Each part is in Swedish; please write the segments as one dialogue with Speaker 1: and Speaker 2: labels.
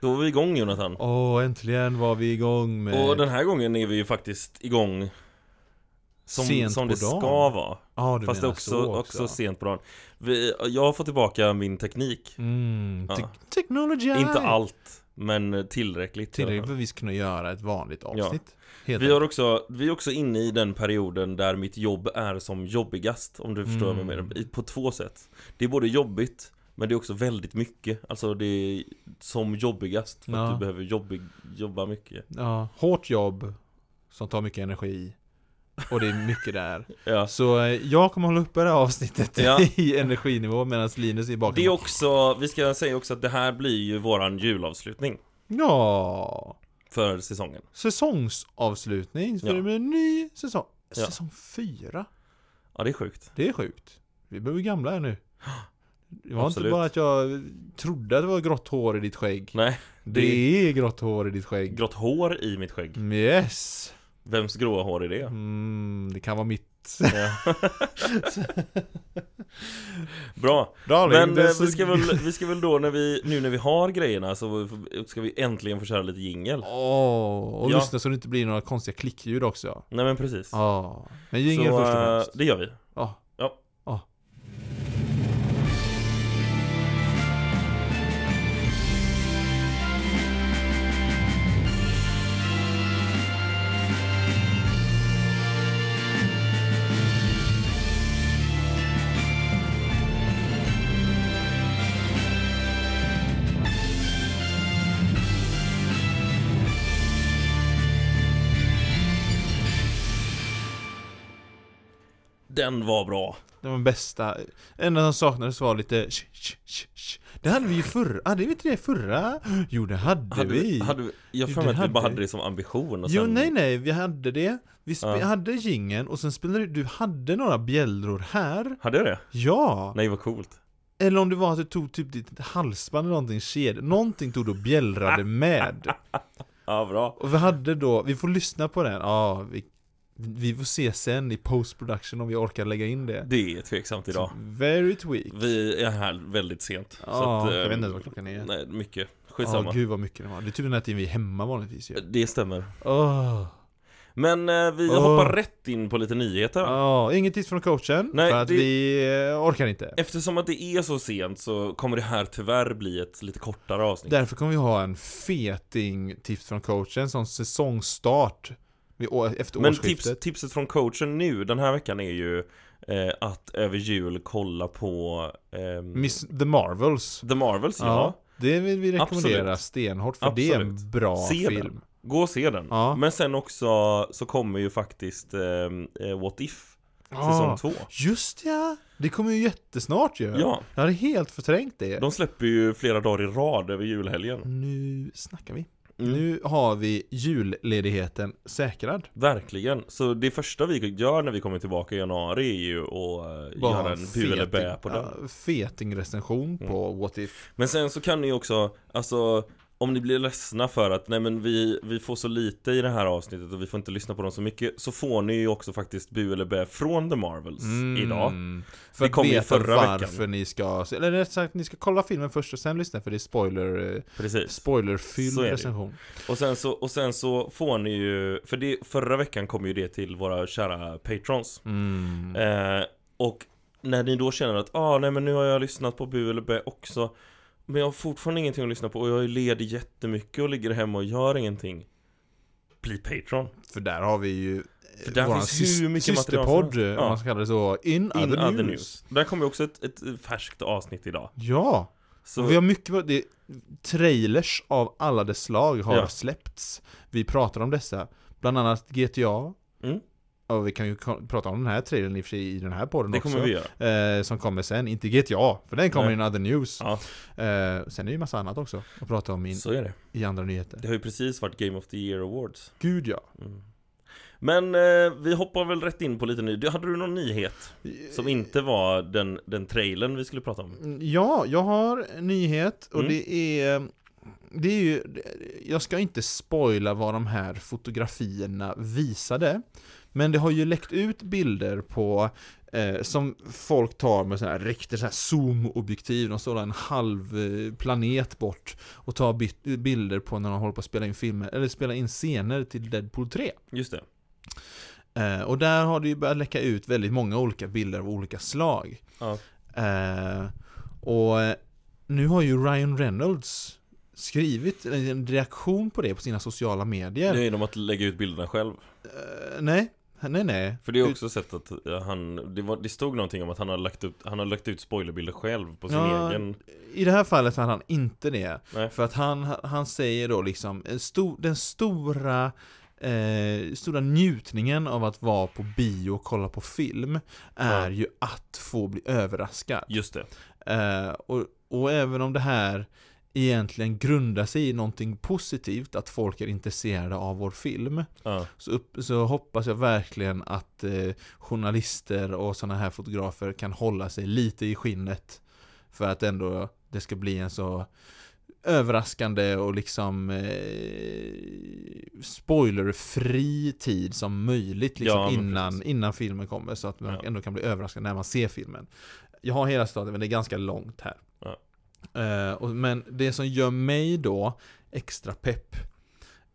Speaker 1: Då var vi igång Jonathan.
Speaker 2: Åh, äntligen var vi igång med...
Speaker 1: Och den här gången är vi ju faktiskt igång som,
Speaker 2: Sent
Speaker 1: som
Speaker 2: på
Speaker 1: det
Speaker 2: dagen.
Speaker 1: ska vara.
Speaker 2: Ja, du
Speaker 1: Fast det är
Speaker 2: menar
Speaker 1: också,
Speaker 2: så
Speaker 1: också. sent på dagen. Vi, jag har fått tillbaka min teknik.
Speaker 2: Mm, te-
Speaker 1: Ja.
Speaker 2: technology!
Speaker 1: Inte allt, men tillräckligt.
Speaker 2: Tillräckligt för att vi ska kunna göra ett vanligt avsnitt. Helt
Speaker 1: Vi, har
Speaker 2: enkelt.
Speaker 1: också, vi är också inne i den perioden där mitt jobb är som jobbigast Om du förstår vad
Speaker 2: Mm.
Speaker 1: jag menar, I- på två sätt Det är både jobbigt men det är också väldigt mycket Alltså det är som jobbigast För att
Speaker 2: Ja.
Speaker 1: du behöver jobbig, jobba mycket
Speaker 2: ja, hårt jobb som tar mycket energi. Och det är mycket där.
Speaker 1: ja.
Speaker 2: Så eh, jag kommer hålla uppe det här avsnittet
Speaker 1: Ja.
Speaker 2: i energinivå medan Linus är bakom.
Speaker 1: Det är också, vi ska säga också att det här blir ju våran julavslutning
Speaker 2: Ja!
Speaker 1: För säsongen
Speaker 2: Säsongsavslutning, för
Speaker 1: Ja.
Speaker 2: det blir en ny säsong.
Speaker 1: Ja.
Speaker 2: Säsong fyra?
Speaker 1: Ja det är sjukt
Speaker 2: Det är sjukt. Vi börjar bli gamla här nu. Det var
Speaker 1: Absolut.
Speaker 2: inte bara att jag trodde att det var grått hår i ditt skägg.
Speaker 1: Nej,
Speaker 2: det... är grått hår i ditt skägg.
Speaker 1: grått hår i mitt skägg
Speaker 2: Mm, Yes!
Speaker 1: Vems gråa hår är det?
Speaker 2: Mm, det kan vara mitt.
Speaker 1: Ja. Bra
Speaker 2: Darling,
Speaker 1: Men
Speaker 2: det är
Speaker 1: eh,
Speaker 2: så-
Speaker 1: vi ska, väl, vi ska väl då när vi, nu när vi har grejerna så ska vi äntligen få köra lite jingel
Speaker 2: Åh, och
Speaker 1: Ja.
Speaker 2: lyssna så det inte blir några konstiga klickljud också.
Speaker 1: Nej men precis
Speaker 2: Ja. Men jingel
Speaker 1: Så,
Speaker 2: först och
Speaker 1: eh,
Speaker 2: främst.
Speaker 1: Det gör vi
Speaker 2: Ja.
Speaker 1: Ja.
Speaker 2: Ja.
Speaker 1: Den var bra
Speaker 2: Det var den bästa. Enda som saknades var lite sh, sh, sh, sh. Det hade vi ju förra. Hade vi inte det förra? Jo, det hade,
Speaker 1: hade
Speaker 2: vi.
Speaker 1: vi, hade vi, Jag har
Speaker 2: Jo,
Speaker 1: för
Speaker 2: det
Speaker 1: mig att vi bara
Speaker 2: hade
Speaker 1: hade
Speaker 2: vi.
Speaker 1: det som ambition och
Speaker 2: Jo,
Speaker 1: sen,
Speaker 2: nej, nej, vi hade det. Vi spe-
Speaker 1: Ja.
Speaker 2: hade gingen och sen spelade du, du hade några bjällror här.
Speaker 1: Hade jag det?
Speaker 2: Ja!
Speaker 1: Nej vad coolt
Speaker 2: Eller om det var att du tog typ ditt halsband eller någonting, kedja. Någonting tog du och bjällrade med.
Speaker 1: Ja bra
Speaker 2: Och vi hade då, vi får lyssna på den. Ja, vi, vi får se sen i post production om vi orkar lägga in det.
Speaker 1: Det är tveksamt idag
Speaker 2: Very tweak.
Speaker 1: Vi är här väldigt sent
Speaker 2: Ja,
Speaker 1: så att, eh,
Speaker 2: jag vet inte ens vad klockan är.
Speaker 1: Nej mycket,
Speaker 2: Ja,
Speaker 1: skitsamma
Speaker 2: gud vad mycket det var. Det är typ den här tiden vi är hemma vanligtvis ju.
Speaker 1: Det stämmer
Speaker 2: Åh.
Speaker 1: Men eh, vi
Speaker 2: Åh.
Speaker 1: hoppar rätt in på lite nyheter
Speaker 2: Ja, inget tips från coachen.
Speaker 1: Nej,
Speaker 2: för att
Speaker 1: det-
Speaker 2: vi eh, orkar inte.
Speaker 1: Eftersom att det är så sent så kommer det här tyvärr bli ett lite kortare avsnitt
Speaker 2: Därför kommer vi ha en feting tips från coachen som säsongstart vid å- efter
Speaker 1: Men tips,
Speaker 2: årsskiftet.
Speaker 1: tipset från coachen nu den här veckan är ju eh, att över jul kolla på ehm,
Speaker 2: Miss The Marvels.
Speaker 1: The Marvels, ja.
Speaker 2: Det vill vi rekommendera
Speaker 1: Absolut.
Speaker 2: stenhårt för det är en
Speaker 1: Absolut.
Speaker 2: bra
Speaker 1: Se den.
Speaker 2: film.
Speaker 1: Gå och se den.
Speaker 2: Ja.
Speaker 1: Men sen också så kommer ju faktiskt ehm, eh, What If,
Speaker 2: Ah,
Speaker 1: säsong 2.
Speaker 2: Just ja! Det kommer ju jättesnart ju.
Speaker 1: Ja,
Speaker 2: Jag hade helt förträngt det.
Speaker 1: de släpper ju flera dagar i rad över julhelgen.
Speaker 2: Nu snackar vi.
Speaker 1: Mm.
Speaker 2: Nu har vi julledigheten säkrad.
Speaker 1: Verkligen. Så det första vi gör när vi kommer tillbaka i januari är ju att eh,
Speaker 2: Bara
Speaker 1: göra en bu eller bä
Speaker 2: feting-
Speaker 1: på den. Mm.
Speaker 2: ja, Fetingrecension på What If.
Speaker 1: Men sen så kan ni också, alltså om ni blir ledsna för att nej men vi, vi får så lite i det här avsnittet och vi får inte lyssna på dem så mycket Så får ni ju också faktiskt bu eller bä från The Marvels idag
Speaker 2: Mm. För
Speaker 1: Det
Speaker 2: att
Speaker 1: kom ju
Speaker 2: veta
Speaker 1: förra veckan.
Speaker 2: varför ni ska, eller rätt sagt, ni ska kolla filmen först och sen lyssna för det är spoiler, eh,
Speaker 1: Precis
Speaker 2: spoilerfylld
Speaker 1: Så är det ju.
Speaker 2: recension.
Speaker 1: och sen, så, och sen så får ni ju, för det, förra veckan kom ju det till våra kära patrons
Speaker 2: Mm.
Speaker 1: eh, Och när ni då känner att ah nej men nu har jag lyssnat på bu eller bä också Men jag har fortfarande ingenting att lyssna på och jag är ledig jättemycket och ligger hemma och gör ingenting Bli Patreon
Speaker 2: För där har vi ju eh,
Speaker 1: För där
Speaker 2: våran
Speaker 1: finns hur
Speaker 2: sys-
Speaker 1: mycket material som
Speaker 2: systerpodd,
Speaker 1: helst.
Speaker 2: om
Speaker 1: Ja.
Speaker 2: man ska kalla det så, In,
Speaker 1: In
Speaker 2: other, news.
Speaker 1: Där kommer ju också ett, ett färskt avsnitt idag.
Speaker 2: Ja,
Speaker 1: Så
Speaker 2: och vi har mycket, det, trailers av alla dess slag har
Speaker 1: Ja.
Speaker 2: släppts. Vi pratar om dessa, bland annat GTA,
Speaker 1: Mm.
Speaker 2: och vi kan ju ko- prata om den här trailern i och för sig i den här podden
Speaker 1: det
Speaker 2: också.
Speaker 1: kommer vi göra.
Speaker 2: eh, som kommer sen, inte GTA, för den kommer
Speaker 1: Nej.
Speaker 2: in other news.
Speaker 1: Ja.
Speaker 2: Eh, sen är det ju massa annat också att prata om in,
Speaker 1: Så är det.
Speaker 2: i andra nyheter.
Speaker 1: Det har ju precis varit Game of the Year Awards.
Speaker 2: Gud ja.
Speaker 1: Mm. Men eh, vi hoppar väl rätt in på lite ny. Du- Hade du någon nyhet? Som
Speaker 2: Eh,
Speaker 1: inte var den, den trailern vi skulle prata om?
Speaker 2: Mm, Ja, jag har en nyhet och
Speaker 1: Mm.
Speaker 2: det är det är ju, jag ska inte spoila vad de här fotografierna visade Men det har ju läckt ut bilder på Eh, som folk tar med sådana här riktigt så här zoom-objektiv. De står där en halv eh, planet bort och tar bit- bilder på när de håller på att spela in filmer, eller spela in scener till Deadpool 3.
Speaker 1: Just det.
Speaker 2: Eh, och där har det ju börjat läcka ut väldigt många olika bilder av olika slag.
Speaker 1: Ja.
Speaker 2: Eh, och eh, nu har ju Ryan Reynolds skrivit en- en reaktion på det på sina sociala medier.
Speaker 1: Det är genom att lägga ut bilderna själv.
Speaker 2: Eh, nej, nej, nej.
Speaker 1: För det är också sett att eh, han, det, var, det stod någonting om att han har lagt ut, han har lagt ut spoilerbilder själv på sin
Speaker 2: Ja,
Speaker 1: egen.
Speaker 2: I det här fallet hade han inte det.
Speaker 1: Nej.
Speaker 2: För att han, han säger då liksom, en stor, den stora, eh, stora njutningen av att vara på bio och kolla på film
Speaker 1: Ja.
Speaker 2: är ju att få bli överraskad.
Speaker 1: Just det.
Speaker 2: Eh, och, och även om det här egentligen grundar sig i någonting positivt, att folk är intresserade av vår film,
Speaker 1: Ja.
Speaker 2: så, upp, så hoppas jag verkligen att eh, journalister och sådana här fotografer kan hålla sig lite i skinnet. För att ändå det ska bli en så överraskande och liksom eh, spoilerfri tid som möjligt liksom,
Speaker 1: Ja, men
Speaker 2: innan,
Speaker 1: precis.
Speaker 2: innan filmen kommer. Så att man
Speaker 1: Ja.
Speaker 2: ändå kan bli överraskad när man ser filmen. Jag har hela staden men det är ganska långt här.
Speaker 1: Ja.
Speaker 2: Eh, och, men det som gör mig då extra pepp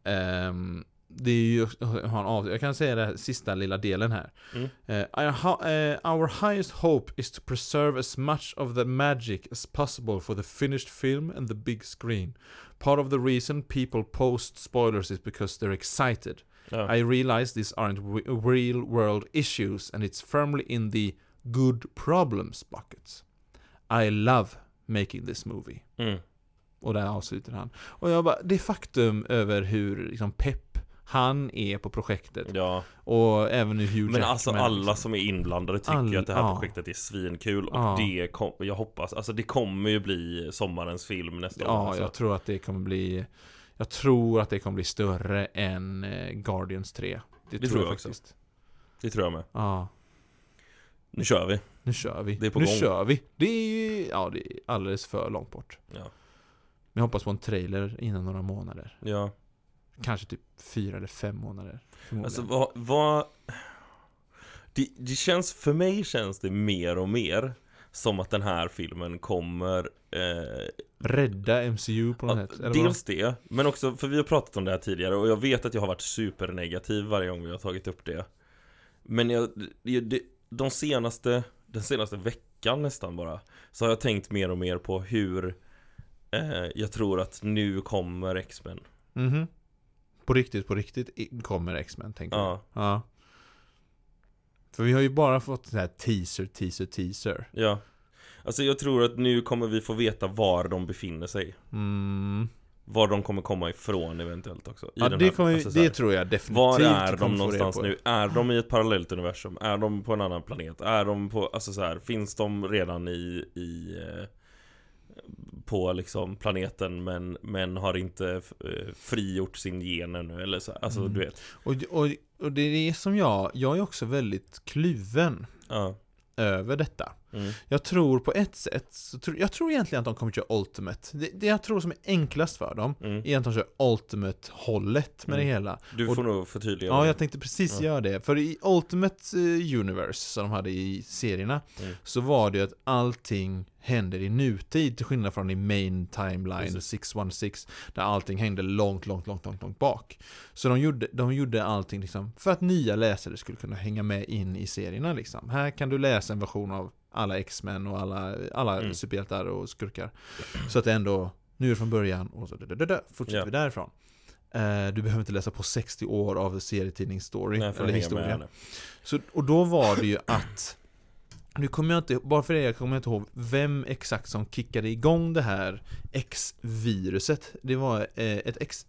Speaker 2: ehm, det är ju, jag har en av- jag kan säga den sista lilla delen här.
Speaker 1: Mm.
Speaker 2: Eh, our, ho- eh, our highest hope is to preserve as much of the magic as possible for the finished film and the big screen. Part of the reason people post spoilers is because they're excited.
Speaker 1: Ja.
Speaker 2: I realize these aren't w- real world issues and it's firmly in the good problems bucket. I love making this movie.
Speaker 1: Mm.
Speaker 2: Och där avslutar han. Och jag bara, det faktum över hur liksom pepp han är på projektet.
Speaker 1: ja.
Speaker 2: Och även hur Hugh
Speaker 1: Men alltså
Speaker 2: Jackman,
Speaker 1: alla
Speaker 2: liksom.
Speaker 1: som är inblandade tycker
Speaker 2: All-
Speaker 1: ju att det här
Speaker 2: ja.
Speaker 1: projektet är svinkul och
Speaker 2: Ja.
Speaker 1: det kom, jag hoppas, alltså det kommer ju bli sommarens film nästa år.
Speaker 2: Ja,
Speaker 1: alltså.
Speaker 2: jag tror att det kommer bli... Jag tror att det kommer bli större än eh, Guardians 3. Det,
Speaker 1: tror jag också. Det tror jag med.
Speaker 2: Ja.
Speaker 1: Nu kör vi.
Speaker 2: Nu kör vi.
Speaker 1: Det är på
Speaker 2: nu
Speaker 1: gång.
Speaker 2: kör vi. Det är ju... Ja, det är alldeles för långt bort.
Speaker 1: Ja.
Speaker 2: Men jag hoppas på en trailer innan några månader.
Speaker 1: Ja.
Speaker 2: Kanske typ fyra eller fem månader. förmodligen.
Speaker 1: Alltså vad, vad... Det, det känns, för mig känns det mer och mer som att den här filmen kommer eh,
Speaker 2: Rädda MCU på något
Speaker 1: Ja,
Speaker 2: sätt. Eller vad?
Speaker 1: Dels det, men också för vi har pratat om det här tidigare och jag vet att jag har varit supernegativ varje gång vi har tagit upp det. Men jag, det- det- de senaste, den senaste veckan nästan bara, så har jag tänkt mer och mer på hur eh, jag tror att nu kommer X-Men.
Speaker 2: Mhm. På riktigt, på riktigt i- kommer X-Men tänker jag.
Speaker 1: Ja,
Speaker 2: Ja. För vi har ju bara fått så här teaser, teaser, teaser.
Speaker 1: ja. Alltså jag tror att nu kommer vi få veta var de befinner sig.
Speaker 2: Mm.
Speaker 1: Var de kommer komma ifrån eventuellt också. I
Speaker 2: Ja,
Speaker 1: den
Speaker 2: det,
Speaker 1: här-
Speaker 2: kommer,
Speaker 1: alltså så här.
Speaker 2: det tror jag definitivt.
Speaker 1: Var
Speaker 2: vi
Speaker 1: är
Speaker 2: kommer
Speaker 1: de
Speaker 2: få
Speaker 1: någonstans
Speaker 2: reda på.
Speaker 1: nu? Är de i ett parallellt universum? Är de på en annan planet? Är de på, alltså så här, finns de redan i, i eh, på liksom planeten men, men har inte eh, frigjort sin gen ännu eller så, här. alltså
Speaker 2: Mm.
Speaker 1: du vet.
Speaker 2: Och, och, och det är det som jag, jag är också väldigt kluven
Speaker 1: Ja.
Speaker 2: över detta.
Speaker 1: Mm.
Speaker 2: Jag tror på ett sätt, så tror, jag tror egentligen att de kommer köra Ultimate. Det, det jag tror som är enklast för dem,
Speaker 1: Mm.
Speaker 2: är att de kör Ultimate-hållet med det
Speaker 1: Mm.
Speaker 2: hela.
Speaker 1: Du
Speaker 2: och-
Speaker 1: får nog förtydliga.
Speaker 2: Ja,
Speaker 1: det.
Speaker 2: jag tänkte precis
Speaker 1: Ja.
Speaker 2: göra det. För i Ultimate eh, Universe, som de hade i serierna,
Speaker 1: Mm.
Speaker 2: så var det ju att allting händer i nutid, till skillnad från i main timeline
Speaker 1: Precis.
Speaker 2: 616, där allting hängde långt, långt, långt, långt, långt bak. Så de gjorde, de gjorde allting liksom för att nya läsare skulle kunna hänga med in i serierna liksom. Här kan du läsa en version av alla X-Men och alla, alla
Speaker 1: Mm.
Speaker 2: superhjältar och skurkar. Så att det ändå, nu är det från början och så dö, dö, dö, dö, fortsätter
Speaker 1: Ja.
Speaker 2: vi därifrån. Eh, du behöver inte läsa på 60 år av serietidningsstory
Speaker 1: Nej, för
Speaker 2: eller
Speaker 1: att hänga med
Speaker 2: historia.
Speaker 1: henne.
Speaker 2: Så, och då var det ju att nu kommer jag inte, bara för det jag kommer jag inte ihåg vem exakt som kickade igång det här X-viruset. Det var eh, ett X,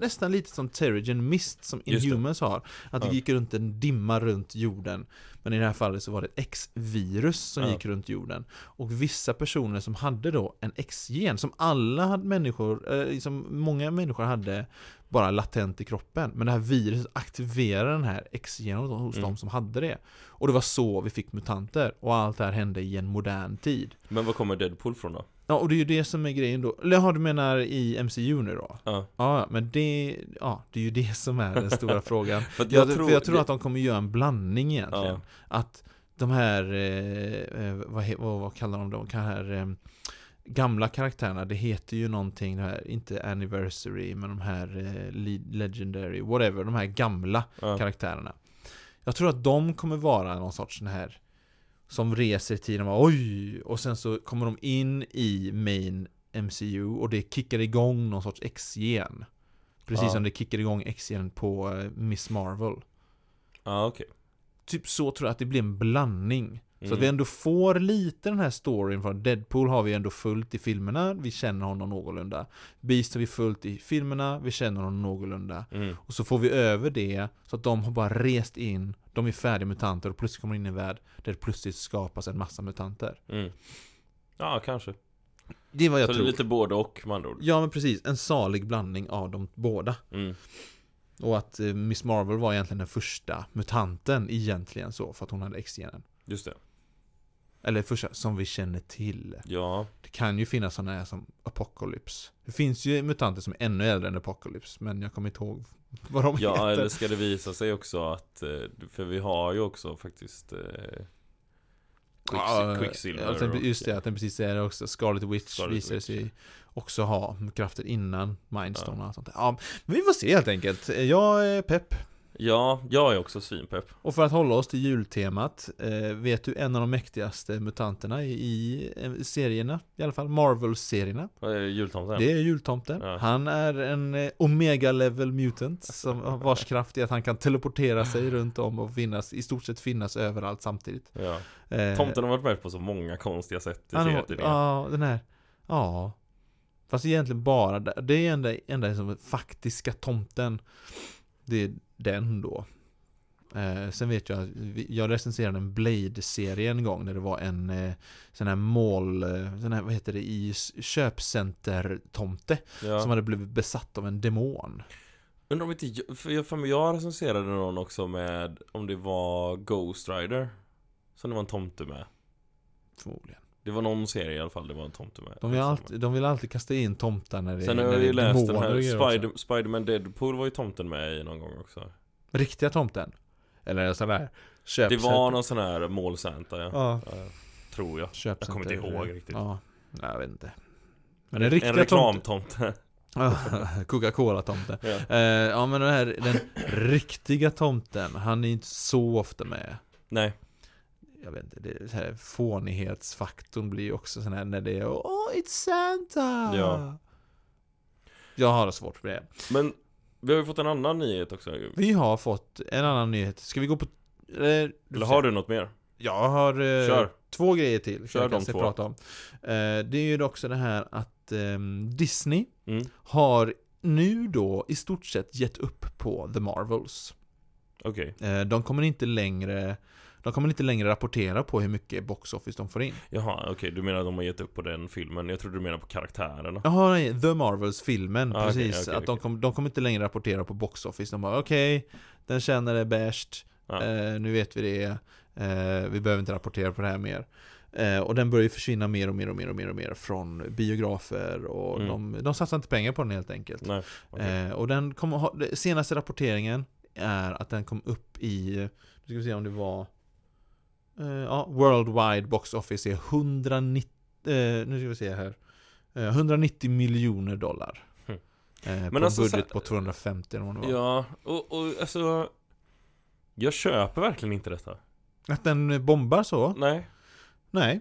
Speaker 2: nästan lite som Terrigen Mist som
Speaker 1: Just det.
Speaker 2: Inhumans har. Att det
Speaker 1: Ja.
Speaker 2: gick runt en dimma runt jorden. Men i det här fallet så var det ett X-virus som
Speaker 1: Ja.
Speaker 2: gick runt jorden. Och vissa personer som hade då en X-gen, som alla hade människor, eh, liksom många människor hade bara latent i kroppen. Men det här viruset aktiverade den här X-genen hos
Speaker 1: Mm.
Speaker 2: de som hade det. Och det var så vi fick mutanter. Och allt det här hände i en modern tid.
Speaker 1: Men var kommer Deadpool från då?
Speaker 2: Ja, och det är ju det som är grejen då. Eller ja, du menar i MCU nu då?
Speaker 1: Ja.
Speaker 2: Ja, ja, men det, ja, det är ju det som är den stora frågan.
Speaker 1: För att
Speaker 2: Jag, för jag tror att de kommer göra en blandning egentligen.
Speaker 1: Ja.
Speaker 2: Att de här, eh, eh, vad, he- vad, vad kallar de dem? De här eh, gamla karaktärerna, det heter ju någonting, det här, inte anniversary, men de här eh, le- legendary, whatever, de här gamla
Speaker 1: Ja.
Speaker 2: karaktärerna. Jag tror att de kommer vara någon sorts sån här som reser i tiden och bara, oj! Och sen så kommer de in i main MCU och det kickar igång någon sorts X-gen. Precis
Speaker 1: Ja.
Speaker 2: som det kickar igång X-gen på eh, Miss Marvel.
Speaker 1: Ja, okej.
Speaker 2: Typ så tror jag att det blir en blandning. Så
Speaker 1: Mm.
Speaker 2: att vi ändå får lite den här storyn från Deadpool har vi ändå följt i filmerna, vi känner honom någorlunda. Beast har vi följt i filmerna, vi känner honom någorlunda.
Speaker 1: Mm.
Speaker 2: Och så får vi över det så att de har bara rest in, de är färdiga mutanter och plötsligt kommer in i en värld där det plötsligt skapas en massa mutanter.
Speaker 1: Mm. Ja, kanske.
Speaker 2: Det är vad jag
Speaker 1: så
Speaker 2: tror.
Speaker 1: det är lite både och med andra ord.
Speaker 2: Ja men precis, en salig blandning av de båda.
Speaker 1: Mm.
Speaker 2: Och att eh, Miss Marvel var egentligen den första mutanten egentligen så, för att hon hade X-genen.
Speaker 1: Just det.
Speaker 2: Eller första som vi känner till.
Speaker 1: Ja.
Speaker 2: Det kan ju finnas sådana här som Apocalypse. Det finns ju mutanter som är ännu äldre än Apocalypse, men jag kommer inte ihåg vad de
Speaker 1: Ja,
Speaker 2: heter.
Speaker 1: eller ska det visa sig också att eh, För vi har ju också faktiskt eh, Quicks-
Speaker 2: Ja,
Speaker 1: Quicksilver
Speaker 2: ja, sen,
Speaker 1: och-
Speaker 2: Just det, att den precis säger det också. Scarlet Witch
Speaker 1: Scarlet
Speaker 2: visar
Speaker 1: Witch.
Speaker 2: sig också ha krafter innan Mindstone och sånt där. Ja, men vi får se helt enkelt. Jag är pepp.
Speaker 1: Ja, jag är också svinpepp
Speaker 2: Och för att hålla oss till jultemat, eh, vet du en av de mäktigaste mutanterna i, i eh, serierna? I alla fall Marvel-serierna.
Speaker 1: Vad är det, Jultomten?
Speaker 2: Det är jultomten.
Speaker 1: Ja.
Speaker 2: Han är en eh, Omega-level mutant som vars kraft är att han kan teleportera sig runt om och finnas, i stort sett finnas överallt samtidigt.
Speaker 1: Ja.
Speaker 2: Eh,
Speaker 1: Tomten har varit med på så många konstiga sätt i
Speaker 2: Han har-
Speaker 1: serietidningar
Speaker 2: Ja, den här. Ja. Fast egentligen bara där- Det är enda, enda som faktiska tomten. Det är den då. Eh, sen vet jag att vi- jag recenserade en Blade-serie en gång där det var en eh, sån här mål, eh, sån här, vad heter det, i s- köpcenter-tomte
Speaker 1: ja.
Speaker 2: som hade blivit besatt av en demon.
Speaker 1: Undrar om inte jag, för jag, för mig, jag recenserade någon också med Om det var Ghost Rider Som det var en tomte med
Speaker 2: Förmodligen.
Speaker 1: Det var någon serie i alla fall det var en tomte med
Speaker 2: De vill alltid, de vill alltid kasta in tomtar när det,
Speaker 1: Sen
Speaker 2: när
Speaker 1: har jag
Speaker 2: det
Speaker 1: ju
Speaker 2: är
Speaker 1: läst den
Speaker 2: demoner
Speaker 1: här
Speaker 2: och grejer också.
Speaker 1: Spider, Spiderman Deadpool var ju tomten med i någon gång också
Speaker 2: Riktiga tomten. Eller sån där
Speaker 1: Det
Speaker 2: köpcenter.
Speaker 1: var någon sån här målsanta ja.
Speaker 2: Ja.
Speaker 1: ja Tror jag
Speaker 2: Köpcenter.
Speaker 1: Jag kommer inte ihåg riktigt.
Speaker 2: Ja, nej, jag vet inte. Men den riktiga
Speaker 1: En reklamtomte
Speaker 2: tomten. Coca-Cola-tomten.
Speaker 1: ja.
Speaker 2: Eh, ja men den här, den riktiga tomten, han är inte så ofta med.
Speaker 1: Nej
Speaker 2: Jag vet inte, det är så här, fånighetsfaktorn blir ju också sån här när det är Oh, it's Santa!
Speaker 1: Ja.
Speaker 2: Jag har svårt för det.
Speaker 1: Men vi har ju fått en annan nyhet också.
Speaker 2: Vi har fått en annan nyhet. Ska vi gå på... eh, Eller,
Speaker 1: Eller har du något mer?
Speaker 2: Jag har eh,
Speaker 1: Kör!
Speaker 2: två grejer till.
Speaker 1: Kör
Speaker 2: jag
Speaker 1: de
Speaker 2: kan se-
Speaker 1: två.
Speaker 2: Prata om. Eh, det är ju också det här att ehm, Disney
Speaker 1: Mm.
Speaker 2: har nu då i stort sett gett upp på The Marvels.
Speaker 1: Okej.
Speaker 2: Eh, De kommer inte längre de kommer inte längre rapportera på hur mycket box office de får in.
Speaker 1: Jaha, okej. Du menar att de har gett upp på den filmen? Jag trodde du menar på karaktärerna.
Speaker 2: Jaha, nej, The Marvels-filmen,
Speaker 1: Ah, okej,
Speaker 2: precis.
Speaker 1: okej,
Speaker 2: att De,
Speaker 1: okej.
Speaker 2: kom, de kommer inte längre rapportera på box office. De bara okej, den tjänade det bäst,
Speaker 1: Ja.
Speaker 2: eh, nu vet vi det, eh, vi behöver inte rapportera på det här mer. Eh, och den börjar ju försvinna mer och mer och mer och mer och mer från biografer och
Speaker 1: Mm.
Speaker 2: de, de satsar inte pengar på den helt enkelt.
Speaker 1: Nej. okej.
Speaker 2: Eh, och den kommer ha, det- senaste rapporteringen är att den kom upp i, nu ska vi se om det var, eh, ja, Worldwide Box Office är 190, eh, nu ska vi se här, eh, 190 miljoner dollar.
Speaker 1: Hmm.
Speaker 2: Eh, på
Speaker 1: Men alltså
Speaker 2: en budget
Speaker 1: så-
Speaker 2: på 250 eller vad det var.
Speaker 1: Ja, och, och alltså... Jag köper verkligen inte detta.
Speaker 2: Att den bombar så?
Speaker 1: Nej.
Speaker 2: Nej.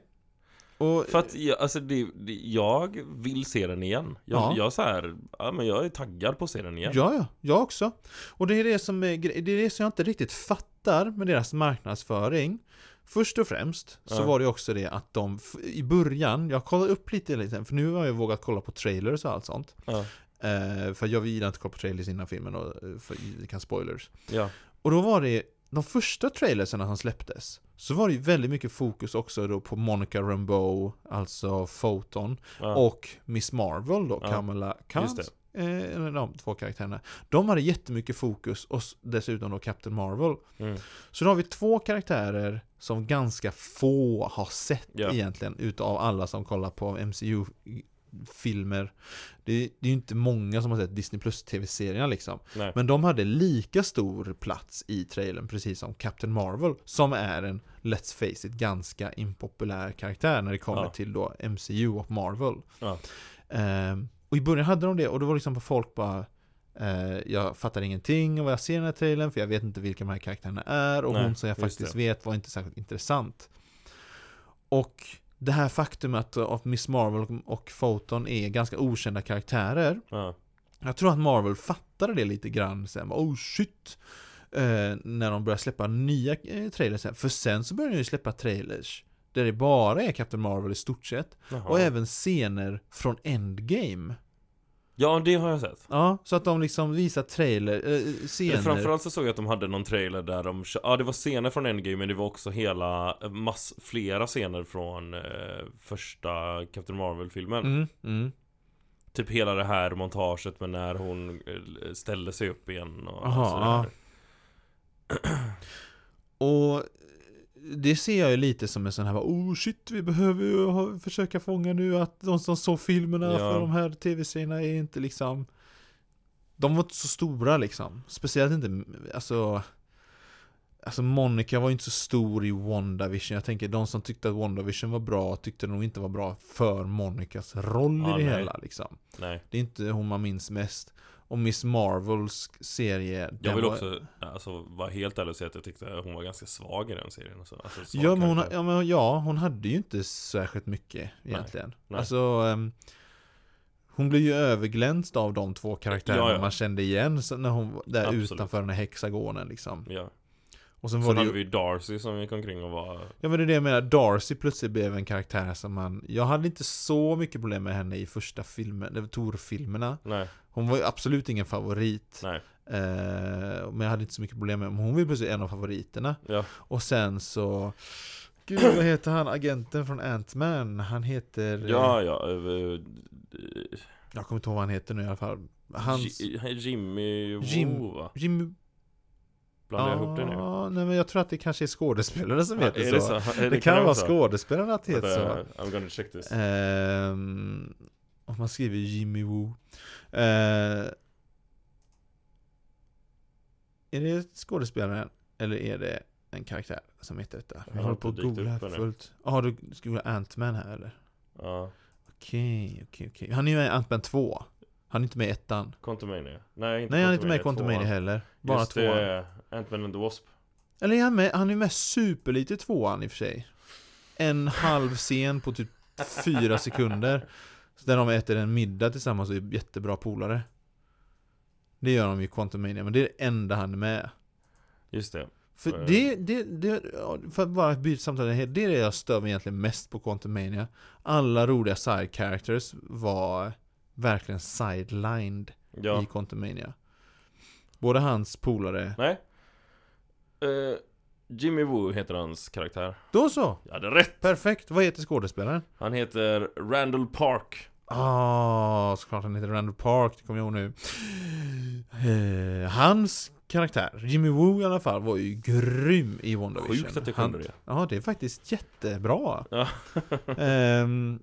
Speaker 2: Och,
Speaker 1: För att jag, alltså, det, det, jag vill se den igen. Jag,
Speaker 2: Ja.
Speaker 1: jag så här, ja, men jag är taggad på att se den igen.
Speaker 2: Ja, ja, jag också. Och det är det som, är, gre- det är det som jag inte riktigt fattar med deras marknadsföring. Först och främst så
Speaker 1: Ja.
Speaker 2: var det också det att de f- i början, jag kollade upp lite, lite för nu har jag vågat kolla på trailers och allt sånt.
Speaker 1: Ja.
Speaker 2: Eh, för jag gillar inte att kolla på trailers innan filmen och eh, för, det kan spoilers.
Speaker 1: Ja.
Speaker 2: Och då var det de första trailerserna som släpptes så var det ju väldigt mycket fokus också då på Monica Rambeau, alltså Photon,
Speaker 1: ja.
Speaker 2: och Miss Marvel då,
Speaker 1: Ja.
Speaker 2: Kamala Khan.
Speaker 1: Just
Speaker 2: Eh, eller de två karaktärerna. De hade jättemycket fokus och s- dessutom då Captain Marvel.
Speaker 1: Mm.
Speaker 2: Så då har vi två karaktärer som ganska få har sett
Speaker 1: Ja.
Speaker 2: egentligen utav alla som kollar på MCU filmer Det, det är ju inte många som har sett Disney plus tv-serierna liksom
Speaker 1: Nej.
Speaker 2: Men de hade lika stor plats i trailern precis som Captain Marvel Som är en, let's face it, ganska impopulär karaktär när det kommer
Speaker 1: Ja.
Speaker 2: till då MCU och Marvel
Speaker 1: Ja.
Speaker 2: Ehm, Och i början hade de det och då var liksom folk bara eh, jag fattar ingenting av vad jag ser i den här trailern för jag vet inte vilka de här karaktärerna är och
Speaker 1: Nej,
Speaker 2: hon som jag
Speaker 1: just
Speaker 2: faktiskt
Speaker 1: det.
Speaker 2: vet var inte särskilt intressant. Och det här faktumet att Miss Marvel och- och Photon är ganska okända karaktärer.
Speaker 1: Ja.
Speaker 2: Jag tror att Marvel fattade det lite grann sen, bara, oh shit! Eh, när de började släppa nya eh, trailers sen. För sen så började de ju släppa trailers där det bara är Captain Marvel i stort sett.
Speaker 1: Jaha.
Speaker 2: Och även scener från Endgame.
Speaker 1: ja, det har jag sett.
Speaker 2: Ja, så att de liksom visar trailer, eh, scener.
Speaker 1: Framförallt så såg jag att de hade någon trailer där de kö- Ja det var scener från Endgame men det var också hela mass, flera scener från eh, första Captain Marvel-filmen
Speaker 2: Mm, mm.
Speaker 1: Typ hela det här montaget med när hon eh, ställde sig upp igen och
Speaker 2: Aha,
Speaker 1: sådär.
Speaker 2: ja. Och det ser jag ju lite som en sån här, oh shit, vi behöver ju ha, försöka fånga nu att de som såg filmerna
Speaker 1: Ja.
Speaker 2: för de här tv-serierna är inte liksom De var inte så stora liksom, speciellt inte, alltså Alltså Monica var ju inte så stor i WandaVision, jag tänker de som tyckte att WandaVision var bra tyckte nog inte var bra för Monicas roll
Speaker 1: Ja,
Speaker 2: i det
Speaker 1: nej.
Speaker 2: hela liksom
Speaker 1: Nej,
Speaker 2: Det är inte hon man minns mest Och Miss Marvels serie
Speaker 1: jag
Speaker 2: den
Speaker 1: vill
Speaker 2: var-
Speaker 1: också alltså, vara helt ärlig och säga att jag tyckte hon var ganska svag i den serien alltså, alltså, svag
Speaker 2: Ja men, hon,
Speaker 1: karaktär.
Speaker 2: ja, men ja, hon hade ju inte särskilt mycket egentligen.
Speaker 1: nej.
Speaker 2: Alltså, ehm, hon blev ju överglänst av de två karaktärerna
Speaker 1: Ja, ja.
Speaker 2: man kände igen så när hon var där
Speaker 1: Absolut.
Speaker 2: utanför den här hexagonen liksom.
Speaker 1: Ja.
Speaker 2: Och sen var
Speaker 1: Sen
Speaker 2: det
Speaker 1: hade
Speaker 2: ju,
Speaker 1: vi Darcy som gick omkring och var
Speaker 2: ja men det är det jag menar, Darcy plötsligt blev en karaktär som man, jag hade inte så mycket problem med henne i första filmen, det var Tor-filmerna.
Speaker 1: Nej,
Speaker 2: Hon var ju absolut ingen favorit.
Speaker 1: nej,
Speaker 2: Eh, men jag hade inte så mycket problem med henne, men hon var ju plötsligt en av favoriterna.
Speaker 1: ja,
Speaker 2: Och sen så... Gud, vad heter han? Agenten från Ant-Man? Han heter... eh,
Speaker 1: ja, ja eh, eh,
Speaker 2: Jag kommer inte ihåg vad han heter nu i alla fall. Hans...
Speaker 1: Ji- Jimmy Woo
Speaker 2: Jim- Ah.
Speaker 1: va?
Speaker 2: Jimmy...
Speaker 1: Blandar jag ihop det nu?
Speaker 2: nej men jag tror att det kanske är skådespelare som heter
Speaker 1: är
Speaker 2: så.
Speaker 1: det så? Är
Speaker 2: Det, kan vara
Speaker 1: så?
Speaker 2: skådespelaren att det heter så. Eh.
Speaker 1: Vänta, I'm gonna check this
Speaker 2: Ehm, om man skriver Jimmy Woo. Eh, är det skådespelaren? Eller är det en karaktär som heter detta?
Speaker 1: Jag har
Speaker 2: Jag håller
Speaker 1: inte
Speaker 2: på att
Speaker 1: dykt upp
Speaker 2: googla här
Speaker 1: här nu.
Speaker 2: fullt. Ja, ah, du ska googla Ant-Man här eller?
Speaker 1: Ja,
Speaker 2: Okej, okej, okej. Han är ju med i Ant-Man 2. Han är inte med i ettan.
Speaker 1: Contamania Nej, inte
Speaker 2: Nej, han är inte med i Quantumania
Speaker 1: Contamania
Speaker 2: heller. Bara
Speaker 1: Just
Speaker 2: tvåan.
Speaker 1: det, Ant-Man and the Wasp
Speaker 2: Eller är han med? Han är med superlite i tvåan i och för sig. En halv scen på typ fyra sekunder. Så där de äter en middag tillsammans och är jättebra polare. Det gör de ju i Quantumania, men det är det enda han är med.
Speaker 1: Just det
Speaker 2: För
Speaker 1: Eh.
Speaker 2: det, det, det, ja, för att bara byta samtalet helt, det är det jag stör mig egentligen mest på Quantumania. Alla roliga side characters var verkligen sidelined
Speaker 1: Ja,
Speaker 2: i Quantumania. Både hans polare,
Speaker 1: nej Eh, Jimmy Woo heter hans karaktär
Speaker 2: då så!
Speaker 1: Jag hade rätt!
Speaker 2: Perfekt! Vad heter skådespelaren?
Speaker 1: Han heter Randall Park
Speaker 2: Ah, såklart han heter Randall Park, det kommer jag ihåg nu. Eh, hans karaktär, Jimmy Woo i alla fall, var ju grym i WandaVision.
Speaker 1: Sjukt att jag
Speaker 2: Han-
Speaker 1: kunde det
Speaker 2: Ja, det är faktiskt jättebra.
Speaker 1: Ja.
Speaker 2: Ehm,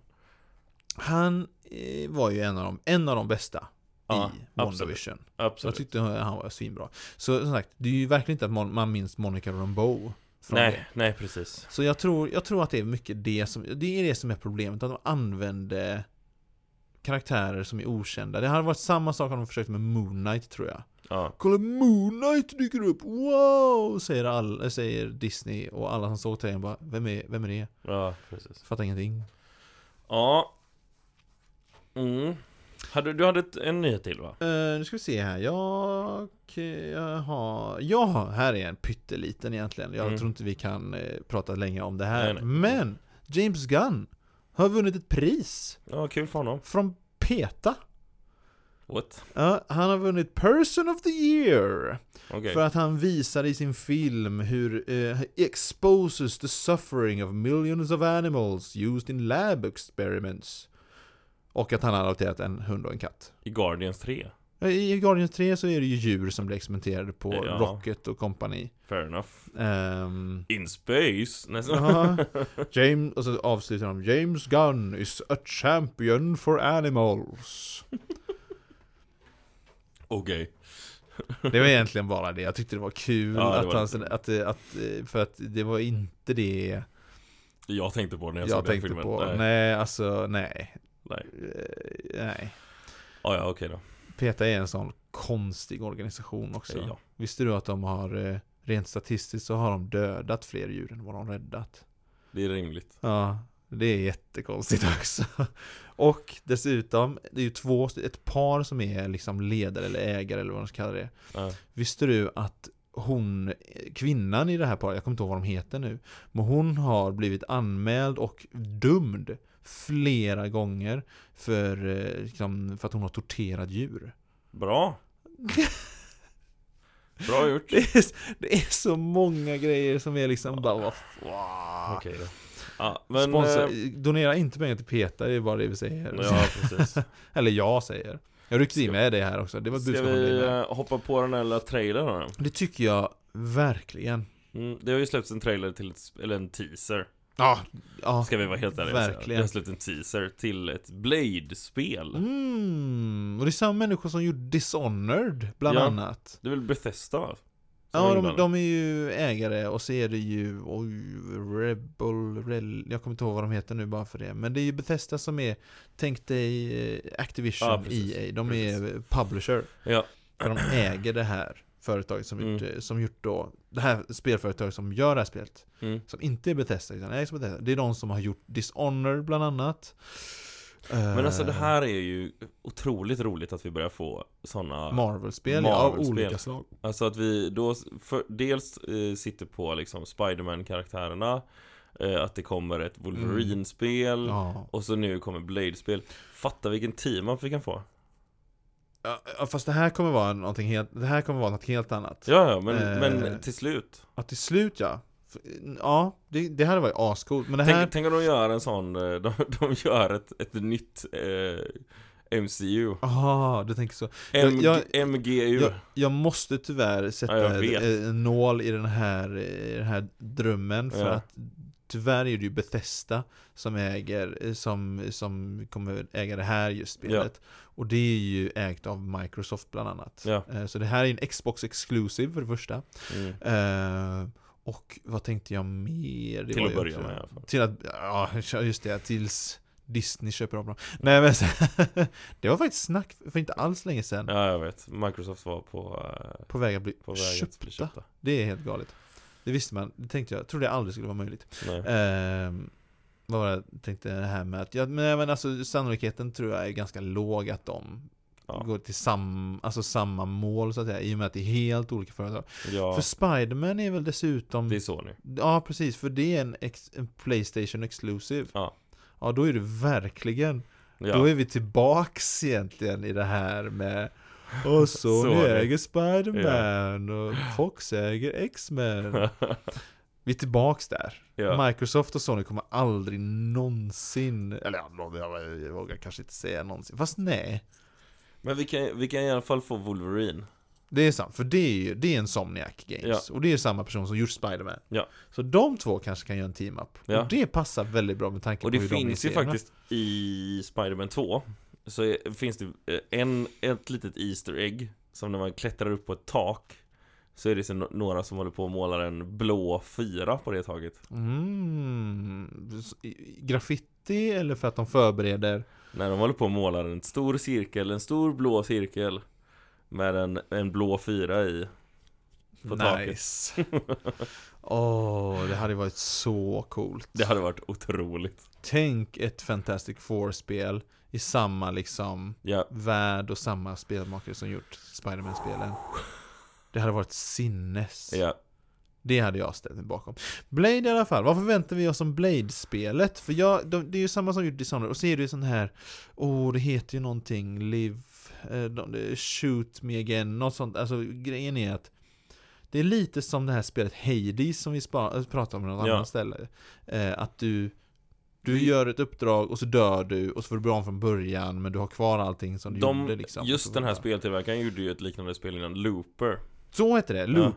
Speaker 2: han eh, var ju en av de, en av de bästa
Speaker 1: Ja,
Speaker 2: i
Speaker 1: absolut,
Speaker 2: WandaVision. Jag
Speaker 1: absolut.
Speaker 2: tyckte han var svinbra. Så som sagt, det är ju verkligen inte att man, man minns Monica Rambeau. från det.
Speaker 1: Nej, nej precis
Speaker 2: Så jag tror, jag tror att det är mycket det som, det är det som är problemet, att de använde karaktärer som är okända. Det hade varit samma sak om de försökte med Moon Knight tror jag.
Speaker 1: Ja,
Speaker 2: Kolla Moon Knight dyker upp, wow! Säger, all, äh, säger Disney och alla som såg trailern bara vem är, vem är det?
Speaker 1: ja precis
Speaker 2: Fattar ingenting.
Speaker 1: Ja Mm hade, Du hade ett, en nyhet till va?
Speaker 2: Eh, nu ska vi se här, jag, jag har... Ja, här är en pytteliten egentligen. Jag
Speaker 1: Mm.
Speaker 2: tror inte vi kan eh, prata länge om det här.
Speaker 1: Nej, nej.
Speaker 2: Men! James Gunn har vunnit ett pris
Speaker 1: Ja, kul för honom
Speaker 2: från PETA.
Speaker 1: What?
Speaker 2: Ja, han har vunnit Person of the Year!
Speaker 1: Okej
Speaker 2: För att han visar i sin film hur eh, he exposes the suffering of millions of animals used in lab experiments. Och att han har adopterat en hund och en katt.
Speaker 1: I Guardians 3
Speaker 2: I Guardians 3 så är det ju djur som blir experimenterade på,
Speaker 1: Ja.
Speaker 2: Rocket och kompani.
Speaker 1: Fair enough.
Speaker 2: Ehm,
Speaker 1: In space! Nästan.
Speaker 2: ja. James, och så avslutar de James Gunn is a champion for animals.
Speaker 1: Okej.
Speaker 2: Det var egentligen bara det, jag tyckte det var kul
Speaker 1: Ja, det var
Speaker 2: att, han, att, eh, att, för att det var inte det
Speaker 1: Jag tänkte på det när
Speaker 2: jag,
Speaker 1: jag, såg
Speaker 2: tänkte
Speaker 1: den filmen.
Speaker 2: på. Nej.
Speaker 1: Nej.
Speaker 2: alltså nej.
Speaker 1: Nej.
Speaker 2: Eh, nej.
Speaker 1: Ah, ja, okej då.
Speaker 2: PETA är en sån konstig organisation också.
Speaker 1: Ja.
Speaker 2: Visste du att de har, eh, rent statistiskt så har de dödat fler djur än vad de räddat?
Speaker 1: Det är rimligt.
Speaker 2: Ja, det är jättekonstigt också. Och dessutom, det är ju två, ett par som är liksom ledare eller ägare eller vad man ska kalla det.
Speaker 1: Ja.
Speaker 2: Visste du att hon, kvinnan i det här paret, jag kommer inte ihåg vad de heter nu, men hon har blivit anmäld och dömd flera gånger för, eh, liksom, för att hon har torterat djur.
Speaker 1: Bra! Bra gjort!
Speaker 2: Det är, det är så många grejer som är liksom bara vad fan.
Speaker 1: Okej då. Ja, men...
Speaker 2: Sponsra,
Speaker 1: eh,
Speaker 2: donera inte pengar till PETA, det är bara det vi säger.
Speaker 1: ja, precis.
Speaker 2: Eller jag säger. Jag ryckte in
Speaker 1: Ska-
Speaker 2: med det här också, det var ett
Speaker 1: Ska
Speaker 2: budskap om
Speaker 1: vi
Speaker 2: det.
Speaker 1: eh, hoppa på den här lilla trailern då?
Speaker 2: Det tycker jag verkligen.
Speaker 1: Mm, det har ju släppts en trailer till ett, sp- eller en teaser
Speaker 2: Ja, ja.
Speaker 1: Ska vi vara helt ärliga och säga.
Speaker 2: Verkligen.
Speaker 1: Det har släppts en teaser till ett Blade-spel
Speaker 2: Mm, och det är samma människor som gjorde Dishonored, bland
Speaker 1: Ja.
Speaker 2: annat.
Speaker 1: Det är väl Bethesda va? Som är
Speaker 2: Ja, de,
Speaker 1: inblandad.
Speaker 2: de är ju ägare och så är det ju, oj, Rebel, Rel, jag kommer inte ihåg vad de heter nu bara för det. Men det är ju Bethesda som är, tänk dig eh, Activision,
Speaker 1: Ja, precis.
Speaker 2: EA, de är
Speaker 1: Precis.
Speaker 2: publisher.
Speaker 1: Ja.
Speaker 2: För de äger det här företaget som,
Speaker 1: Mm.
Speaker 2: gjort, eh, som gjort då, det här spelföretaget som gör det här spelet.
Speaker 1: Mm.
Speaker 2: Som inte är Bethesda utan ägs av Bethesda. Det är de som har gjort Dishonored bland annat.
Speaker 1: Men alltså
Speaker 2: Eh.
Speaker 1: det här är ju otroligt roligt att vi börjar få sådana
Speaker 2: Marvel-spel ja, av
Speaker 1: Marvel-spel.
Speaker 2: olika slag.
Speaker 1: Alltså att vi då för, dels eh, sitter på liksom Spiderman-karaktärerna eh, Att det kommer ett Wolverine-spel
Speaker 2: Mm. Ja.
Speaker 1: Och så nu kommer Blade-spel Fatta vilken team-up vi kan
Speaker 2: Eh.
Speaker 1: få
Speaker 2: Ja, ja, fast det här kommer vara någonting helt, det här kommer vara något helt annat.
Speaker 1: Ja, ja men,
Speaker 2: Eh.
Speaker 1: men till slut
Speaker 2: Att till slut ja. F- Ja, det, det hade varit ascoolt. Men det här,
Speaker 1: Tänk, tänk om de gör en sån, eh, de, de gör ett, ett nytt eh, MCU
Speaker 2: aha, du tänker så.
Speaker 1: MG,
Speaker 2: jag-
Speaker 1: MGU
Speaker 2: Jag, jag måste tyvärr sätta
Speaker 1: Ja, jag vet.
Speaker 2: eh, en nål i den här, i den här drömmen för
Speaker 1: Ja.
Speaker 2: att tyvärr är det ju Bethesda som äger, eh, som, som kommer äga det här just spelet. Och det är ju ägt av Microsoft bland annat.
Speaker 1: Ja.
Speaker 2: Eh, Så det här är en Xbox Exclusive för det första.
Speaker 1: mm.
Speaker 2: Eh, och vad tänkte jag mer? Det
Speaker 1: Till
Speaker 2: var
Speaker 1: att
Speaker 2: ju
Speaker 1: börja
Speaker 2: också-
Speaker 1: med i alla fall
Speaker 2: Till att, ja just det, tills Disney köper dem. Nej men det var faktiskt snack för inte alls länge sedan.
Speaker 1: Ja, jag vet Microsoft var på, eh,
Speaker 2: På väg att bli
Speaker 1: på väg att
Speaker 2: köpta.
Speaker 1: bli köpta
Speaker 2: Det är helt galet. Det visste man, det tänkte jag. Trodde jag aldrig skulle vara möjligt.
Speaker 1: Nej.
Speaker 2: Ehm, vad var det jag tänkte det här med att, ja, men, men alltså sannolikheten tror jag är ganska låg att de
Speaker 1: Ja.
Speaker 2: går till sam, alltså samma mål så att säga. I och med att det är helt olika företag.
Speaker 1: Ja,
Speaker 2: För Spiderman är väl dessutom
Speaker 1: det är så nu
Speaker 2: Ja, precis. För det är en, ex- en Playstation Exclusive.
Speaker 1: Ja.
Speaker 2: Ja, då är det verkligen.
Speaker 1: ja.
Speaker 2: Då är vi tillbaks egentligen i det här med och Sony
Speaker 1: Så är det.
Speaker 2: äger Spiderman och Fox äger X-Men. Vi är tillbaks där.
Speaker 1: ja.
Speaker 2: Microsoft och Sony kommer aldrig någonsin, eller ja, någon- jag, jag vågar kanske inte säga någonsin, fast nej.
Speaker 1: Men vi kan, vi kan i alla fall få Wolverine
Speaker 2: Det är sant, för det är ju det är en Somniac Games. Och det är samma person som gjort Spiderman.
Speaker 1: Ja.
Speaker 2: Så de två kanske kan göra en team-up.
Speaker 1: Ja.
Speaker 2: Och det passar väldigt bra med tanke
Speaker 1: Och
Speaker 2: på
Speaker 1: det
Speaker 2: hur de är
Speaker 1: finns ju
Speaker 2: serierna.
Speaker 1: faktiskt i Spider-Man 2 Så är, finns det eh, en, ett litet Easter egg Som när man klättrar upp på ett tak Så är det så no- några som håller på och målar en blå fyra på det taket
Speaker 2: Mm. S- i- Graffiti eller för att de förbereder?
Speaker 1: När de håller på och målar en stor cirkel, en stor blå cirkel Med en, en blå fyra i På taket
Speaker 2: nice. Åh, det hade varit så coolt.
Speaker 1: Det hade varit otroligt
Speaker 2: Tänk ett Fantastic Four-spel i samma liksom
Speaker 1: Ja,
Speaker 2: värld och samma spelmakare som gjort Spiderman-spelen. Det hade varit sinnes.
Speaker 1: ja
Speaker 2: Det hade jag ställt mig bakom. Blade i alla fall, vad förväntar vi oss om Blade-spelet? För jag, de, det är ju samma som gjort Dishonored, och så är det ju sån här, åh oh, det heter ju någonting, live, eh, de, det- shoot me again, något sånt. Alltså grejen är att det är lite eh, som det här spelet Hades som vi spa, äh, pratade om på något
Speaker 1: Ja.
Speaker 2: annat ställe. Eh, att du Du gör ett uppdrag och så dör du och så får du börja om från början men du har kvar allting som du
Speaker 1: De,
Speaker 2: gjorde liksom. Och så
Speaker 1: just den här
Speaker 2: bara-
Speaker 1: speltillverkaren gjorde ju ett liknande spel innan, Looper
Speaker 2: Så heter det,
Speaker 1: Ja.
Speaker 2: Loop.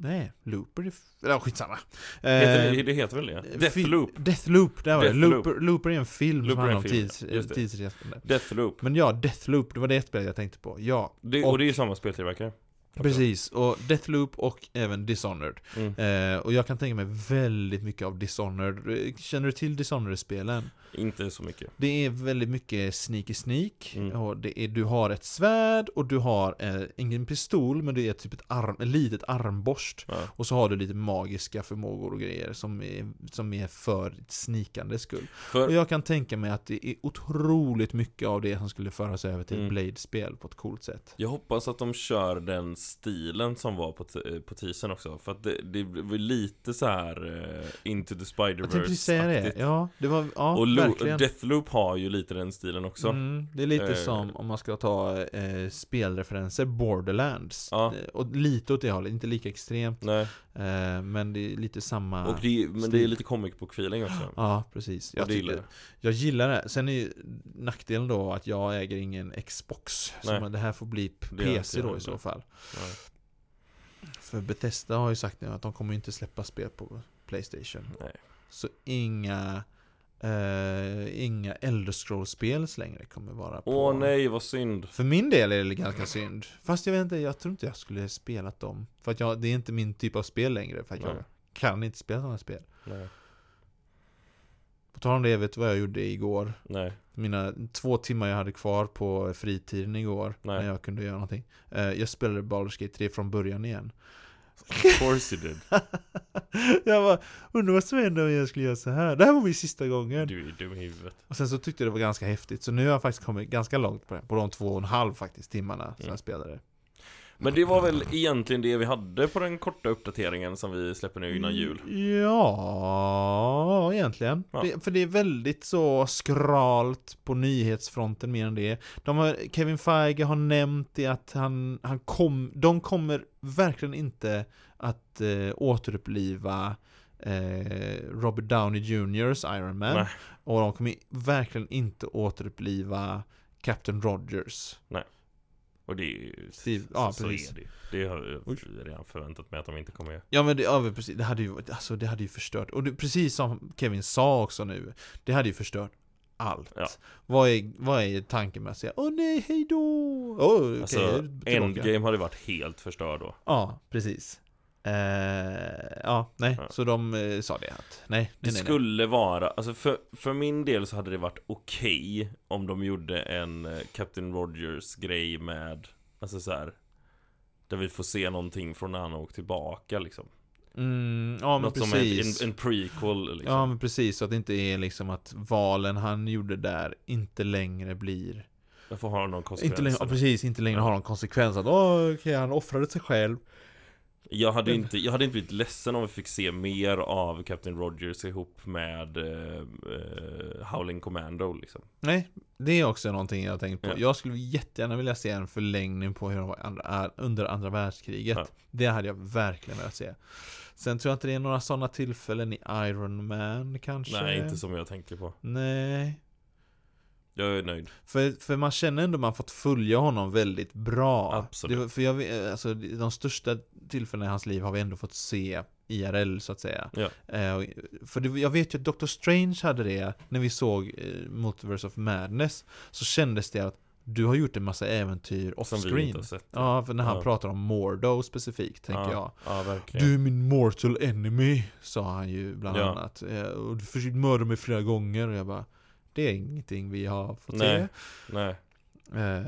Speaker 2: Nej, Looper, det... f- Ja, skitsamma.
Speaker 1: Heter
Speaker 2: Eh,
Speaker 1: det, det heter väl det?
Speaker 2: fi-
Speaker 1: Deathloop
Speaker 2: Deathloop, där var det.
Speaker 1: Deathloop.
Speaker 2: Looper, Looper är en film
Speaker 1: Looper
Speaker 2: som
Speaker 1: är en
Speaker 2: handlar om
Speaker 1: film,
Speaker 2: tids,
Speaker 1: ja. Just det.
Speaker 2: tidsresande.
Speaker 1: Deathloop
Speaker 2: Men ja, Deathloop, det var det spelet jag tänkte på. Ja,
Speaker 1: det, och,
Speaker 2: Och-
Speaker 1: det är ju samma speltillverkare
Speaker 2: precis. Och Deathloop och även Dishonored.
Speaker 1: mm.
Speaker 2: Eh, och jag kan tänka mig väldigt mycket av Dishonored. Eh, Känner du till Dishonored-spelen?
Speaker 1: Alltså, Inte så mycket
Speaker 2: Det är väldigt mycket sneaky sneak.
Speaker 1: Mm.
Speaker 2: Och det är, du har ett svärd och du har eh, ingen pistol men det är typ ett, arm, ett litet armborst.
Speaker 1: ja.
Speaker 2: Och så har du lite magiska förmågor och grejer som är, som är för snikandes skull. Och
Speaker 1: För,
Speaker 2: jag kan tänka mig att det är otroligt mycket av det som skulle föras över till
Speaker 1: Mm.
Speaker 2: Blade-spel på ett coolt sätt.
Speaker 1: jag hoppas att de kör den stilen som var på, t- på teasern också För att det, det blir lite så här eh, Into the
Speaker 2: Jag tänkte precis säga det.
Speaker 1: Spider-Verse
Speaker 2: Ja, det var, ja,
Speaker 1: Och Lo-
Speaker 2: verkligen.
Speaker 1: Deathloop har ju lite den stilen också
Speaker 2: Mm, det är lite
Speaker 1: Eh.
Speaker 2: som om man ska ta eh, spelreferenser, Borderlands.
Speaker 1: Ja.
Speaker 2: Eh, Och lite åt det hållet, inte lika extremt.
Speaker 1: Nej.
Speaker 2: Eh, men det är lite samma...
Speaker 1: Och det, är- men det är
Speaker 2: Ah, Stil.
Speaker 1: lite comic book-feeling också
Speaker 2: Ja, precis.
Speaker 1: Och
Speaker 2: Jag,
Speaker 1: det
Speaker 2: tycker-
Speaker 1: gillar jag.
Speaker 2: jag gillar det. Sen är ju nackdelen då att jag äger ingen Xbox.
Speaker 1: Nej.
Speaker 2: Så man, det här får bli p-
Speaker 1: Det gör inte
Speaker 2: PC
Speaker 1: jag
Speaker 2: då i
Speaker 1: heller.
Speaker 2: så fall.
Speaker 1: Nej.
Speaker 2: För Bethesda har ju sagt nu att de kommer ju inte släppa spel på Playstation.
Speaker 1: Nej.
Speaker 2: Så inga... Eh, inga Elder Scrolls-spel längre kommer vara på...
Speaker 1: Åh nej, vad synd
Speaker 2: För min del är det ganska synd. Fast jag vet inte, jag tror inte jag skulle spelat dem. För att jag, det är inte min typ av spel längre. För att jag
Speaker 1: Nej.
Speaker 2: kan inte spela sådana spel.
Speaker 1: Nej,
Speaker 2: På tal om det, vet du vad jag gjorde igår?
Speaker 1: nej,
Speaker 2: Mina två timmar jag hade kvar på fritiden igår.
Speaker 1: Nej.
Speaker 2: När jag kunde göra någonting. Eh, jag spelade Baldur's Gate 3 från början igen.
Speaker 1: of course you did
Speaker 2: jag bara, undrar vad som händer om jag skulle göra så här. Det här var min sista gången.
Speaker 1: Du är dum i huvudet
Speaker 2: Och sen så tyckte jag det var ganska häftigt. Så nu har jag faktiskt kommit ganska långt på det. På de två och en halv faktiskt timmarna som
Speaker 1: Mm.
Speaker 2: jag spelade.
Speaker 1: Men det var väl egentligen det vi hade på den korta uppdateringen som vi släpper nu innan jul
Speaker 2: Ja, egentligen.
Speaker 1: Ja.
Speaker 2: Det, för det är väldigt så skralt på nyhetsfronten mer än det. De har, Kevin Feige har nämnt det att han, han kom, de kommer verkligen inte att eh, återuppliva eh, Robert Downey Jrs Iron Man.
Speaker 1: Nej.
Speaker 2: Och de kommer verkligen inte återuppliva Captain Rogers.
Speaker 1: Och det är ju
Speaker 2: Steve, ja,
Speaker 1: så
Speaker 2: precis.
Speaker 1: är det ju. Det har jag redan förväntat mig att de inte kommer göra
Speaker 2: Ja men det, ja, men precis, det hade ju varit- alltså, det hade ju förstört. Och det, precis som Kevin sa också nu, det hade ju förstört allt.
Speaker 1: Ja.
Speaker 2: Vad, är, vad är tanken med att säga Åh nej, hejdå! Oh, okej,
Speaker 1: Alltså,
Speaker 2: tillbaka.
Speaker 1: Endgame hade varit helt förstörd då
Speaker 2: Ja, precis. Eh, ja, nej,
Speaker 1: Ja.
Speaker 2: så de eh, sa det att
Speaker 1: Det
Speaker 2: nej, nej, nej, nej.
Speaker 1: skulle vara, alltså för, för min del så hade det varit okej om de gjorde en eh, Captain Rogers grej med, alltså så här. Där vi får se någonting från när han har åkt tillbaka liksom.
Speaker 2: Mm, ja, men
Speaker 1: Något
Speaker 2: precis.
Speaker 1: som är en, en prequel liksom.
Speaker 2: Ja, men precis. Så att det inte är liksom att valen han gjorde där inte längre blir
Speaker 1: Jag får ha någon
Speaker 2: inte längre, ja,
Speaker 1: konsekvens.
Speaker 2: precis, inte längre har någon konsekvens att åh, okej, han offrade sig själv.
Speaker 1: Jag hade, inte, jag hade inte blivit ledsen om vi fick se mer av Captain Rogers ihop med eh, eh, Howling Commando liksom.
Speaker 2: Nej, det är också någonting jag har tänkt på.
Speaker 1: Ja.
Speaker 2: Jag skulle jättegärna vilja se en förlängning på hur de var andra, under andra världskriget.
Speaker 1: Ja.
Speaker 2: Det hade jag verkligen velat se. Sen tror jag inte det är några sådana tillfällen i Iron Man kanske.
Speaker 1: Nej, inte som jag tänker på.
Speaker 2: Nej.
Speaker 1: Jag är nöjd.
Speaker 2: För, för man känner ändå att man fått följa honom väldigt bra.
Speaker 1: Absolut.
Speaker 2: Det var- för jag, vet- alltså, de största tillfällena i hans liv har vi ändå fått se IRL så att säga.
Speaker 1: Ja.
Speaker 2: Eh, och- för det, jag vet ju att Doctor Strange hade det när vi såg eh, Multiverse of Madness. Så kändes det att du har gjort en massa äventyr off
Speaker 1: Som vi inte
Speaker 2: screen.
Speaker 1: har sett.
Speaker 2: Ja, för när han
Speaker 1: Ja.
Speaker 2: pratar om Mordo specifikt tänker
Speaker 1: ja,
Speaker 2: jag.
Speaker 1: Ja, verkligen.
Speaker 2: Du är min mortal enemy, sa han ju bland
Speaker 1: Ja.
Speaker 2: annat. Eh, Och du försökte mörda mig flera gånger och jag bara Det är ingenting vi har fått
Speaker 1: Nej.
Speaker 2: se.
Speaker 1: Nej.
Speaker 2: Eh,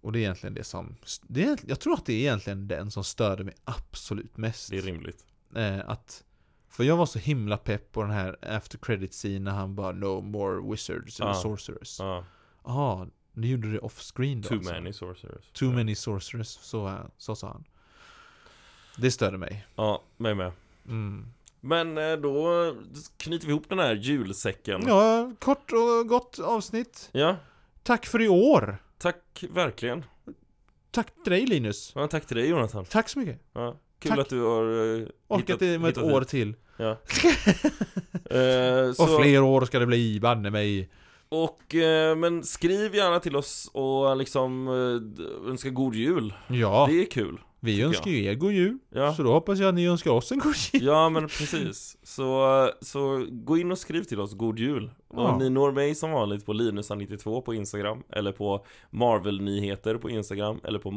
Speaker 2: och det är egentligen det som, det är, egent- jag tror att det är egentligen den som störde mig absolut mest.
Speaker 1: Det är rimligt.
Speaker 2: eh, att, för jag var så himla pepp på den här after credit scene när han bara No more wizards eller
Speaker 1: Ah.
Speaker 2: sorcerers. Ja,
Speaker 1: Ja.
Speaker 2: ah, det gjorde det off screen då
Speaker 1: Too
Speaker 2: alltså.
Speaker 1: many sorcerers.
Speaker 2: Too many sorcerers, så, eh, så sa han. Det störde mig.
Speaker 1: Ja, mig med.
Speaker 2: Mm.
Speaker 1: Men eh, då knyter vi ihop den här julsäcken.
Speaker 2: Ja, kort och gott avsnitt.
Speaker 1: Ja,
Speaker 2: Tack för i år!
Speaker 1: tack verkligen.
Speaker 2: Tack till dig Linus.
Speaker 1: Ja, tack till dig Jonathan.
Speaker 2: Tack så mycket.
Speaker 1: Ja. Kul
Speaker 2: Tack.
Speaker 1: att du har uh,
Speaker 2: Orkat det med ett år till.
Speaker 1: Ja. Eh,
Speaker 2: Och
Speaker 1: så,
Speaker 2: fler år ska det bli, banne mig.
Speaker 1: och, eh, men skriv gärna till oss och liksom eh, d- önska god jul.
Speaker 2: Ja,
Speaker 1: Det är kul.
Speaker 2: vi
Speaker 1: jag.
Speaker 2: önskar ju er god jul.
Speaker 1: Ja.
Speaker 2: Så då hoppas jag att ni önskar oss en god jul.
Speaker 1: Ja men precis, så, så gå in och skriv till oss, god jul! Och
Speaker 2: Ja.
Speaker 1: ni når mig som vanligt på linusa92 på Instagram Eller på Marvel-nyheter på Instagram Eller på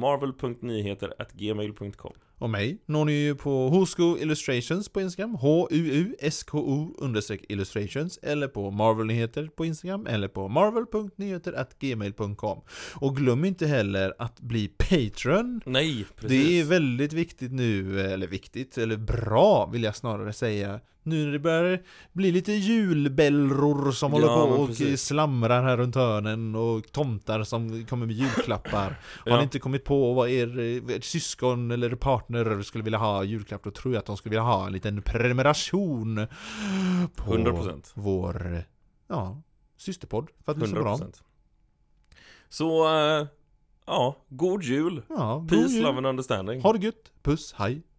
Speaker 1: marvel.nyheter.gmail.com
Speaker 2: Och mig når ni ju på Husko Illustrations på Instagram. H-U-U-S-K-O understreck illustrations. Eller på Marvel Nyheter på Instagram. Eller på marvel.nyheter.gmail.com. Och glöm inte heller att bli Patreon.
Speaker 1: Nej, precis!
Speaker 2: Det är väldigt viktigt nu, eller viktigt, eller bra vill jag snarare säga. Nu när det börjar bli lite julbällror som
Speaker 1: Ja,
Speaker 2: håller på
Speaker 1: men
Speaker 2: och
Speaker 1: precis.
Speaker 2: slamrar här runt hörnen och tomtar som kommer med julklappar. Har
Speaker 1: Ja.
Speaker 2: ni inte kommit på vad er, eh, ert syskon eller partner skulle vilja ha i julklapp, då tror jag att de skulle vilja ha en liten prenumeration på
Speaker 1: 100%
Speaker 2: vår, ja, systerpodd. För att lyssna på dem.
Speaker 1: 100% Så, eh, ja, god jul!
Speaker 2: Ja, god
Speaker 1: Peace,
Speaker 2: jul.
Speaker 1: love and understanding
Speaker 2: Ha det gött. Puss, hej.